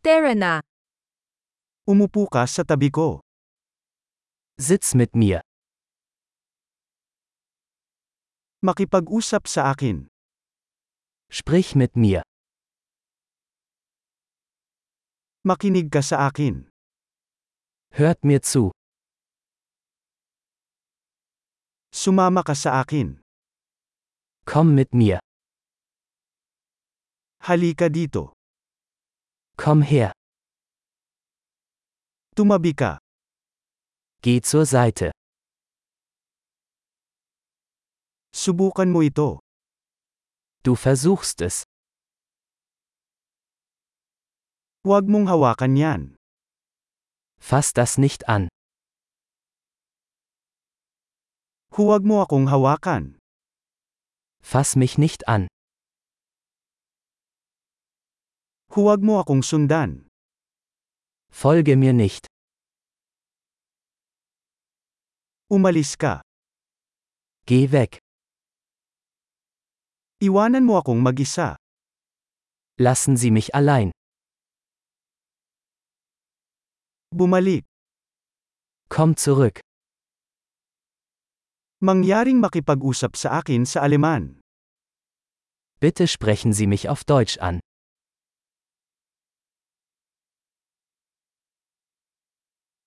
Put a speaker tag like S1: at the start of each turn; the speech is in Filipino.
S1: Tara na.
S2: Umupo ka sa tabi ko.
S3: Sitz mit mir.
S2: Makipag-usap sa akin.
S3: Sprich mit mir.
S2: Makinig ka sa akin.
S3: Hört mir zu.
S2: Sumama ka sa akin.
S3: Komm mit mir.
S2: Halika dito.
S3: Komm her.
S2: Tumabi ka.
S3: Geh zur Seite.
S2: Subukan mo ito.
S3: Du versuchst es.
S2: Huwag mong hawakan yan.
S3: Fass das nicht an.
S2: Huwag mo akong hawakan.
S3: Fass mich nicht an.
S2: Huwag mo akong sundan.
S3: Folge mir nicht.
S2: Umalis ka.
S3: Geh weg.
S2: Iwanan mo akong mag-isa.
S3: Lassen Sie mich allein.
S2: Bumalik.
S3: Komm zurück.
S2: Mangyaring makipag-usap sa akin sa Aleman.
S3: Bitte sprechen Sie mich auf Deutsch an.